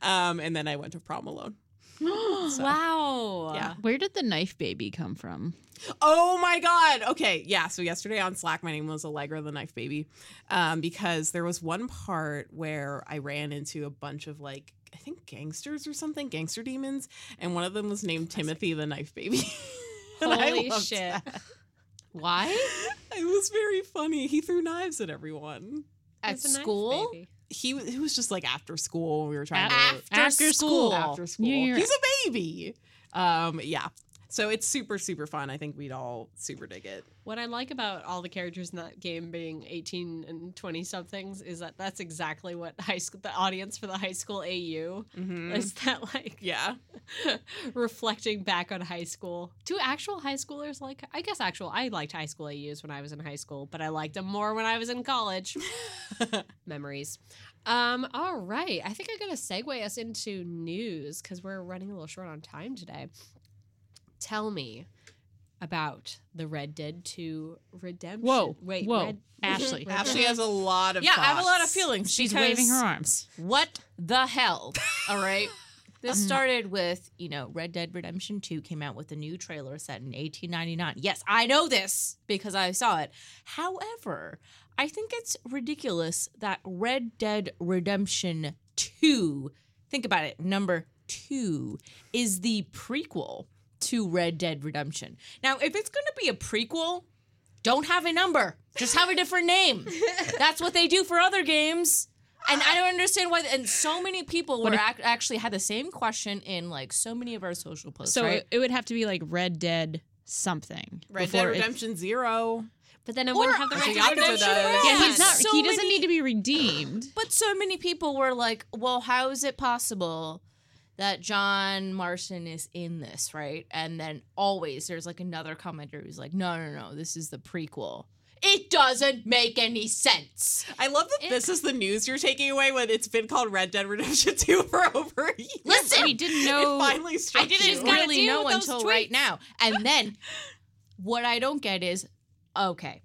Um, and then I went to prom alone. So-
Wow.
Yeah.
Where did the knife baby come from?
Oh my god. Okay, yeah. So yesterday on Slack, my name was Allegra the Knife Baby, um, because there was one part where I ran into a bunch of like I think gangsters or something, gangster demons, and one of them was named Timothy the Knife Baby. And I
Holy
loved
shit.
that.
Why?
It was very funny. He threw knives at everyone.
At
It's a knife,
school?
baby.
He was, it was just like after school. We were trying to
After school.
After school.
Yeah, you're-
He's a baby. Um, yeah. So it's super super fun. I think we'd all super dig it.
What I like about all the characters in that game being 18 and 20 somethings is that that's exactly what high school, the audience for the high school AU
Mhm.
is that like
Yeah.
reflecting back on high school. Do actual high schoolers like, I guess actual, I liked high school AUs when I was in high school, but I liked them more when I was in college. Memories. Um, all right. I think I'm going to segue us into news because we're running a little short on time today. Tell me about the Red Dead 2 Redemption.
Whoa.
Wait,
Whoa.
Red-
Ashley.
Ashley has a lot of
uh-huh. Yeah, I have a lot of
thoughts.
feelings.
She's
because
waving her arms.
What the hell? All right. This started with, you know, Red Dead Redemption 2 came out with a new trailer set in 1899. Yes, I know this because I saw it. However, I think it's ridiculous that Red Dead Redemption 2, think about it, number 2 is the prequel to Red Dead Redemption. Now, if it's going to be a prequel, don't have a number. Just have a different name. That's what they do for other games. And I don't understand why. And so many people were ac- actually had the same question in like so many of our social posts.
So
right?
it, it would have to be like Red Dead something.
Red
before
Dead
it-
Redemption Zero.
But then I wouldn't have the
Actually,
Red Dead
Yakuza
Redemption.
does.
Red.
Yeah, he's not.
So
he doesn't
many-
need to be redeemed.
But so many people were like, well, how is it possible that John Marston is in this, right? And then always there's like another commenter who's like, no, no, no, this is the prequel. It doesn't make any sense.
I love that
It-
this is the news you're taking away when it's been called Red Dead Redemption Two for over a year.
Listen,
we didn't know.
it finally struck
I didn't
you.
just gotta
really
deal
know
with those
until right
tweets.
now. And then what I don't get is okay,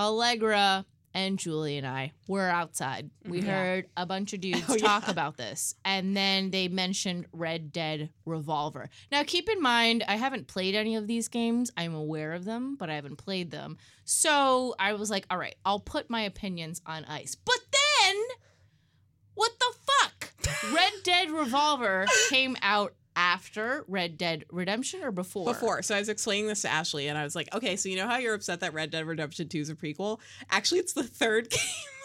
Allegra and Julie and I were outside. We
Mhm. Yeah.
heard a bunch of dudes
Oh, yeah.
talk about this. And then they mentioned Red Dead Revolver. Now, keep in mind, I haven't played any of these games. I'm aware of them, but I haven't played them. So I was like, all right, I'll put my opinions on ice. But then, what the fuck? Red Dead Revolver came out after Red Dead Redemption or before?
Before, so I was explaining this to Ashley, and I was like, "Okay, so you know how you're upset that Red Dead Redemption Two is a prequel? Actually, it's the third game.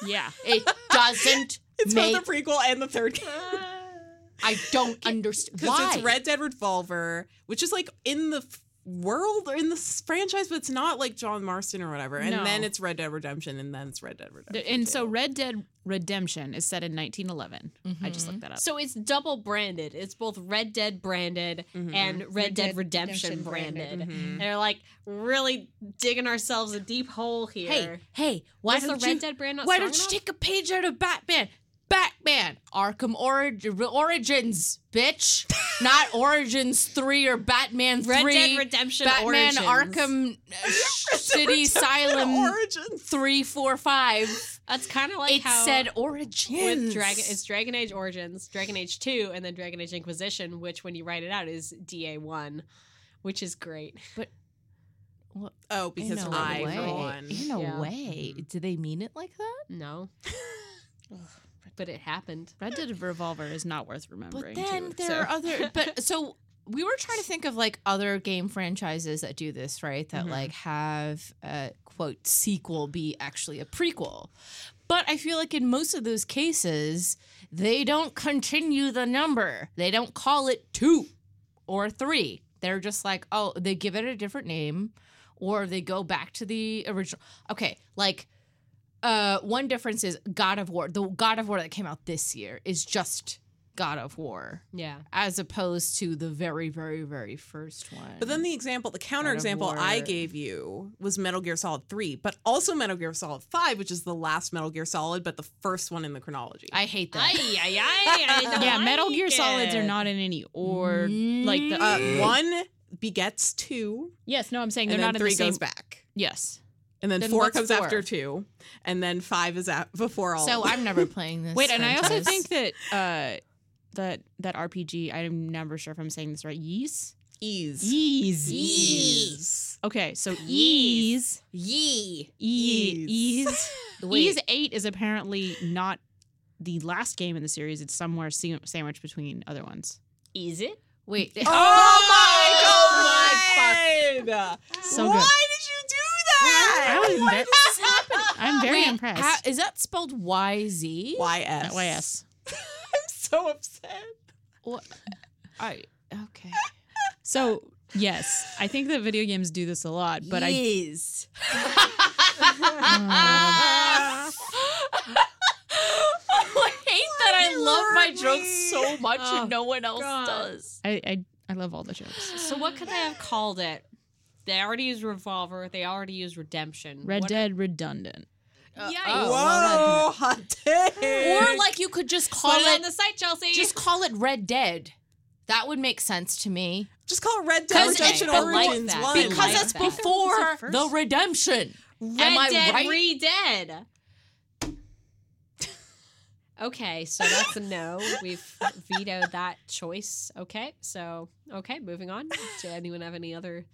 Yeah.
It doesn't
It's
make.
both the prequel and the third game
Ah. I don't understand why.
because it's Red Dead Revolver, which is like in the f- world or in the s- franchise, but it's not like John Marston or whatever. And
No.
then it's Red Dead Redemption, and then it's Red Dead Redemption.
The- And so
2.
Red Dead Redemption is set in 1911. I just
Mhm.
looked that up.
So it's double branded. It's both Red Dead branded
Mm-hmm.
Mhm.
and Red,
Red
Dead,
Dead
Redemption,
Redemption
branded.
branded.
Mhm.
They're like really digging ourselves a deep hole here.
hey, hey, why
Was the
don't
Red
you?
Dead brand not
why
strong
don't you
enough?
take a page out of Batman? Batman Arkham Orig- Origins, bitch, not Origins Three or Batman Three.
Red Dead Redemption
Batman
Origins.
Arkham uh, City
Redemption
Asylum
Origins.
three, four, five.
That's kind of like
it
how
said origins.
with Dragon it's Dragon Age Origins, Dragon Age 2 and then Dragon Age Inquisition, which when you write it out is DA1, which is great.
Oh, because
in a
I,
way.
for one,
In a
Yeah.
way, do they mean it like that?
No. but it happened.
Red Dead Revolver is not worth
But
remembering.
then
too,
there
so-
are other. But so we were trying to think of like other game franchises that do this, right? That
Mm-hmm.
Mhm.
like have a quote sequel be actually a prequel. But I feel like in most of those cases, they don't continue the number. They don't call it two or three. They're just like, oh, they give it a different name or they go back to the original. Okay, like uh one difference is God of War. The God of War that came out this year is just God of War
Yeah.
as opposed to the very very very first one.
But then the example, the counterexample I gave you was Metal Gear Solid 3, but also Metal Gear Solid 5, which is the last Metal Gear Solid, but the first one in the chronology.
I hate that.
Ay, ay, ay, I don't
yeah, Metal Gear
like
Solids are
it.
not in any order. Like the
uh, one begets two,
yes, no, I'm saying
and
they're
then
not in
three
the same.
goes back.
Yes,
And then,
Then
four
what's
comes
four?
after two, and then five is at, before all.
So
of them.
I'm never playing this.
wait, and I also
franchise.
think that uh, that that RPG. I'm never sure if I'm saying this right. Yeez,
ease.
yeez,
Ease.
Okay, so ease,
Yee.
ease, ease.
Wait.
Ease E, Eight is apparently not the last game in the series. It's somewhere sa- sandwiched between other ones.
Is it?
Wait.
Oh, my god!
So
Why
good.
did you do that?
I was
Why
very-
did this happen?
I'm very
Oh, Wait,
impressed.
how- is that spelled Y Z?
YS.
YS.
I'm so upset.
I okay.
So yes, I think that video games do this a lot, but I
yes. Oh,
Ah.
I hate that I love my
Lord
jokes
me.
so much
Oh,
and no one else
God.
does.
I, I I love all the jokes.
So what could they have called it? They already used Revolver. They already used Redemption.
Red
What-
Dead redundant.
Yeah.
Oh,
Whoa,
well
hot take.
Or like you could just call
Put it on
it
the site, Chelsea.
just call it Red Dead. That would make sense to me.
just call it Red Dead
'Cause it's
Redemption
the like
Origins
that.
one.
I
Because
like
it's
that.
before
Is it
the
first?
redemption.
Red
Am I
Dead
right?
Re Dead. Okay, so that's a no. We've vetoed that choice. Okay, so okay, moving on. Do anyone have any other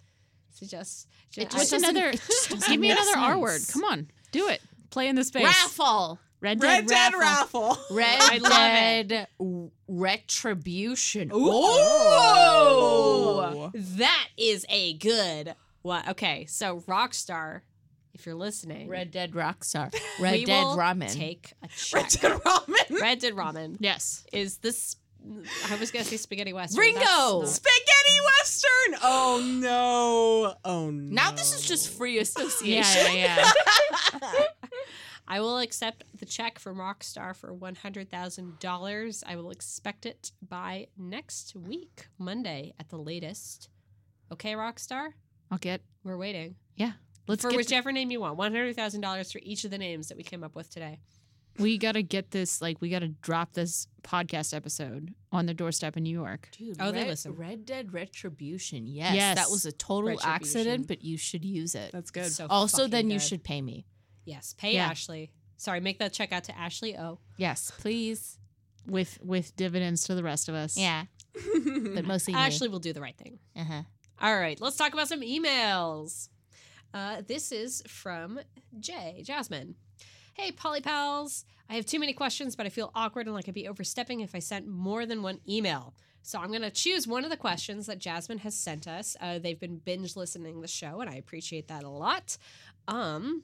suggests?
It
I
just
What's
don't-
doesn't-
another?
it just doesn't
Give me
make
another R
sense.
word. Come on, do it. Play in the space.
Raffle.
Red Dead.
Red Dead
raffle.
Raffle.
Red
I love
Dead w- Retribution.
Ooh.
that is a good one. Okay, so Rockstar, if you're listening,
Red Dead Rockstar. Red
we
Dead
will
Ramen.
Take a
Red
check.
Dead
Hmm?
Ramen.
Red Dead Ramen.
Yes.
is this I was gonna say spaghetti western.
Ringo!
That's not-
Spaghetti Western. Oh no. Oh no.
now this is just free association.
Yeah, yeah, yeah.
I will accept the check from Rockstar for one hundred thousand dollars. I will expect it by next week, Monday at the latest. Okay, Rockstar,
I'll get.
we're waiting
Let's
for
get.
whichever name you want. One hundred thousand dollars for each of the names that we came up with today.
we gotta get this. Like we gotta drop this podcast episode on the doorstep in New York.
Dude,
Oh, they
Red,
listen.
Red Dead Retribution. Yes,
Yes.
that was a total
Retribution.
accident, but you should use it.
That's good.
So
also,
fucking
then you
good.
should pay me.
yes pay
Yeah.
Ashley. Sorry, make that check out to Ashley O.
Yes, please.
With with dividends to the rest of us.
Yeah, but mostly
Ashley will do the right thing.
me. Uh-huh.
All right, let's talk about some emails. Uh, this is from Jay Jasmine. Hey, Polly Pals. I have too many questions, but I feel awkward and like I'd be overstepping if I sent more than one email. So I'm going to choose one of the questions that Jasmine has sent us. Uh, they've been binge listening the show, and I appreciate that a lot. Um,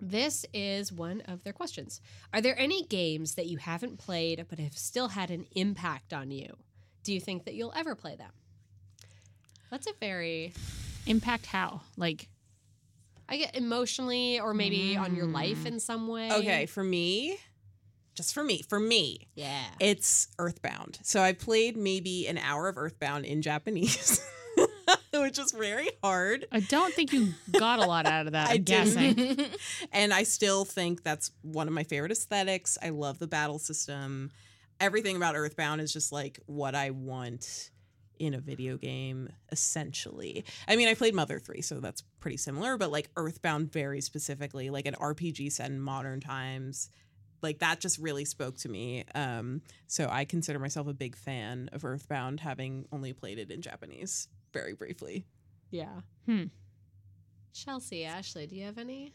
this is one of their questions. Are there any games that you haven't played but have still had an impact on you? Do you think that you'll ever play them? That's a very
Impact how? Like
I get emotionally or maybe on your life in some way.
okay, for me, just for me, for me,
Yeah.
it's Earthbound. So I played maybe an hour of Earthbound in Japanese, which is very hard.
I don't think you got a lot out of that.
I
I'm
didn't.
guessing.
Mm-hmm.
And I still think that's one of my favorite aesthetics. I love the battle system. Everything about Earthbound is just like what I want in a video game essentially. I mean, I played Mother 3, so that's pretty similar, but like Earthbound very specifically, like an RPG set in modern times. Like that just really spoke to me. Um so I consider myself a big fan of Earthbound having only played it in Japanese very briefly.
Yeah.
Hmm.
Chelsea, Ashley, do you have any?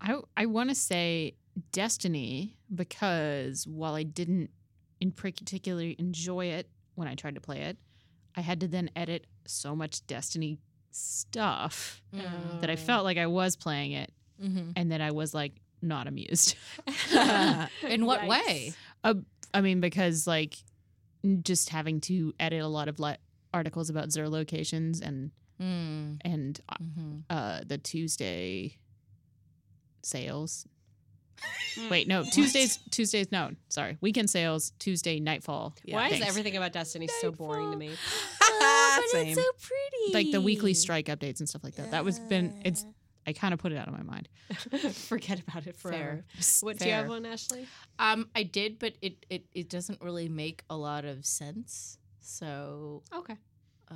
I I want to say Destiny because while I didn't in particular enjoy it when I tried to play it, I had to then edit so much Destiny stuff that
Mm.
I felt like I was playing it
Mm-hmm.
and then I was like not amused.
In what
Yikes.
way?
I mean because like just having to edit a lot of li articles about Zer locations and
Mm.
and
Mm-hmm.
uh the Tuesday sales. Wait, no, Tuesdays Tuesdays no, sorry. Weekend sales, Tuesday nightfall.
Yeah.
Why is
Thanks.
everything about Destiny so boring to me?
Mm-hmm.
Same.
pretty.
Like the weekly strike updates and stuff like that. That was been it's I kind of put it out of my mind.
Forget about it forever.
Fair.
What do you
Fair.
have one, Ashley?
Um, I did, but it it it doesn't really make a lot of sense. So,
Okay.
uh,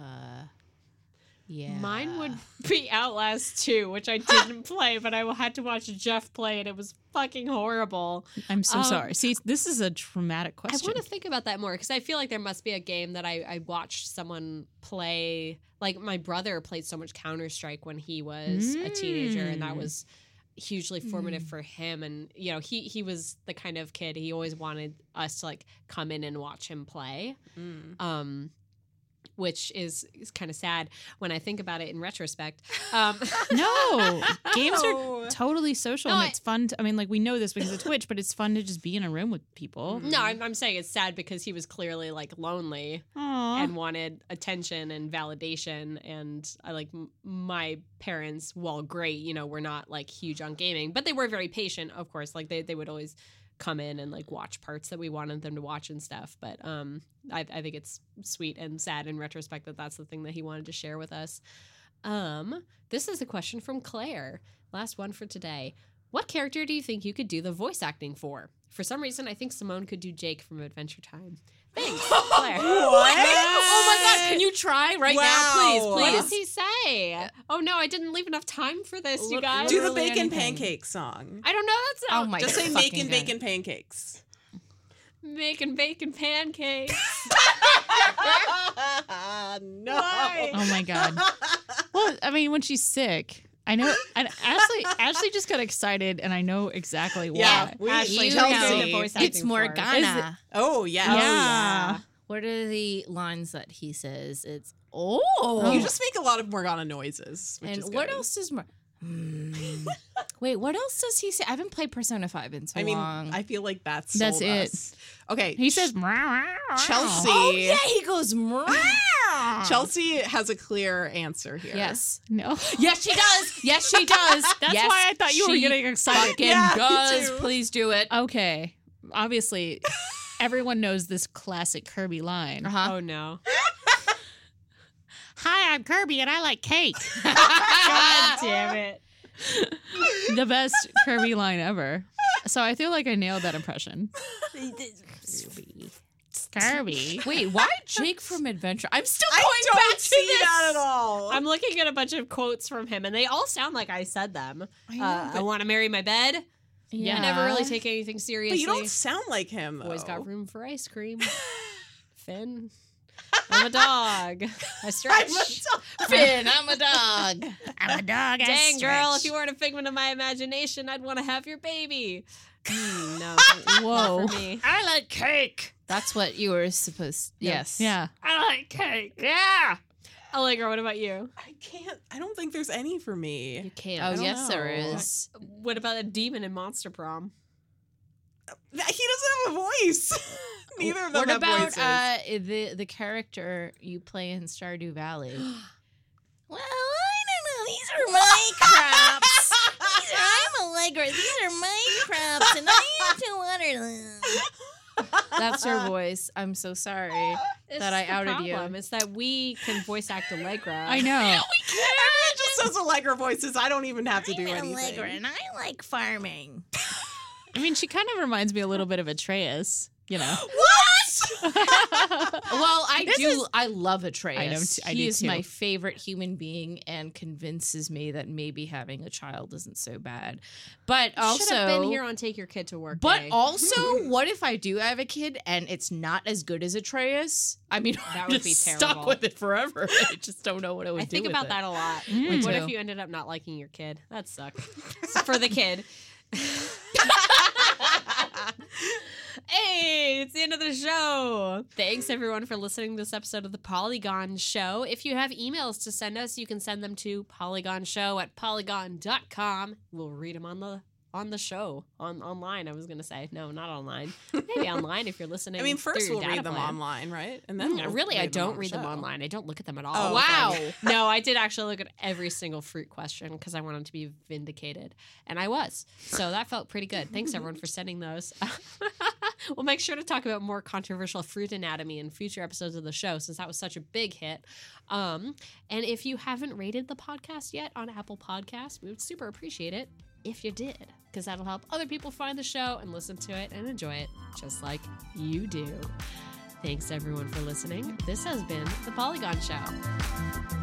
yeah,
Mine would be Outlast 2, which I didn't play, but I had to watch Jeff play it. It was fucking horrible.
I'm so
Um,
sorry. See, this is a traumatic
I
question.
want to think about that more because I feel like there must be a game that I, I watched someone play. Like my brother played so much Counter Strike when he was a teenager, and that
Mm.
was hugely formative
Mm.
for him. And you know, he he was the kind of kid he always wanted us to like come in and watch him play.
Mm.
Um, which is, is kind of sad when I think about it in retrospect. Um,
no, games are
Oh.
totally social,
No,
and
I-
it's fun. To, I mean, like we know this because of Twitch, but it's fun to just be in a room with people.
no, I'm, I'm saying it's sad because he was clearly like lonely.
Aw.
and wanted attention and validation and i like m- my parents while great you know were not like huge on gaming but they were very patient of course like they, they would always come in and like watch parts that we wanted them to watch and stuff but um I, I think it's sweet and sad in retrospect that that's the thing that he wanted to share with us um this is a question from claire last one for today what character do you think you could do the voice acting for for some reason i think simone could do jake from adventure time thanks claire
What?
Oh my god! Can you try right
Wow.
now,
What
please?
does
Please.
he say? Oh no, I didn't leave enough time for this, you
Look-
guys.
Do the
Literally
bacon
anything.
pancake song.
I don't know. That's
Oh
not
my!
Just say
fucking
making
God.
bacon pancakes.
making bacon pancakes.
no.
Why?
oh my god. Well, I mean, when she's sick, I know. And Ashley, Ashley just got excited, and I know exactly why.
Yeah, we-
Ashley,
You
tell
know.
me the voice acting
It's
for.
Morgana.
Oh yes.
Yeah.
What are the lines that he says? It's oh.
You just make a lot of Morgana noises. Which
and
is
what
good.
else does Mor- Hmm. Wait, what else does he say? I haven't played Persona Five in so
I mean,
long.
I feel like that's
That's it.
Okay,
He says, "Meow, meow, meow."
Chelsea.
oh yeah, he goes. "Meow."
Chelsea has a clear answer here.
yes.
No.
Yes, she does. Yes, she does.
That's why I thought you were
she
getting excited.
Fucking
Yeah, me
does.
too.
Please do it.
Okay. Obviously, everyone knows this classic Kirby line.
Uh-huh.
Oh no.
Hi, I'm Kirby, and I like cake.
God damn it.
the best Kirby line ever. So I feel like I nailed that impression. Kirby.
Wait, why Jake from Adventure? I'm still
I
going
don't
back to
see
this.
that at all.
I'm looking at a bunch of quotes from him, and they all sound like I said them.
I
I,
know,
uh, I want to marry my bed.
Yeah.
I never really take anything
but
seriously.
you don't sound like him. Though.
Boys got room for ice cream. Finn, I'm a dog. I stretch.
Finn, I'm a dog.
I'm a dog. I
Dang, girl, if
stretch.
you weren't a figment of my imagination, I'd want to have your baby. Mm, no.
Whoa.
Not for me.
I like cake.
That's what you were supposed. Yes.
Yeah.
I like cake. Yeah. Allegra, what about you?
I can't. I don't think there's any for me.
can't.
Oh
don't
yes, there
know.
is.
What about a demon in Monster Prom?
He doesn't have a voice. Neither of them
What
have
about
voices.
uh, the the character you play in Stardew Valley? well, I don't know. These are my crops. These are- I'm Allegra. These are my crops, and I have to water them. That's her voice. I'm so sorry.
It's
That I
the
outed you.
problem. It's that we can voice act Allegra.
I know.
It just says Allegra voices. I don't even have to do anything.
and I like farming.
I mean, she kind of reminds me a little bit of Atreus, you know.
What?
Well, I I
This
do.
is-
I love Atreus.
I know t- I
he
do
is
too.
my favorite human being and convinces me that maybe having a child isn't so bad. But also,
should have been here on Take Your Kid to Work.
but
Day.
also, what if I do have a kid and it's not as good as Atreus? I mean,
That
I'm
would be
just
terrible.
Stuck with it forever. I just don't know what I would
I
do.
think
with
about
it.
that a lot.
Me
What if
too.
you ended up not liking your kid? That sucks for the kid. hey, it's the end of the show. Thanks everyone for listening to this episode of the Polygon Show. If you have emails to send us, you can send them to polygonshow at polygon.com. We'll read them on the on the show on online. I was gonna say no, not online. Maybe online if you're listening.
I mean,
through
first
your
we'll
data
read them
plan.
online, right? And
Mm,
we'll
really, I
on
don't
the
read them
show.
online. I don't look at them at all.
Oh,
Wow.
no, I did actually look at every single fruit question because I wanted to be vindicated, and I was. So that felt pretty good. Thanks everyone for sending those. we'll make sure to talk about more controversial fruit anatomy in future episodes of the show since that was such a big hit. Um, and if you haven't rated the podcast yet on Apple Podcasts, we would super appreciate it if you did because that'll help other people find the show and listen to it and enjoy it just like you do. Thanks everyone for listening. This has been The Polygon Show.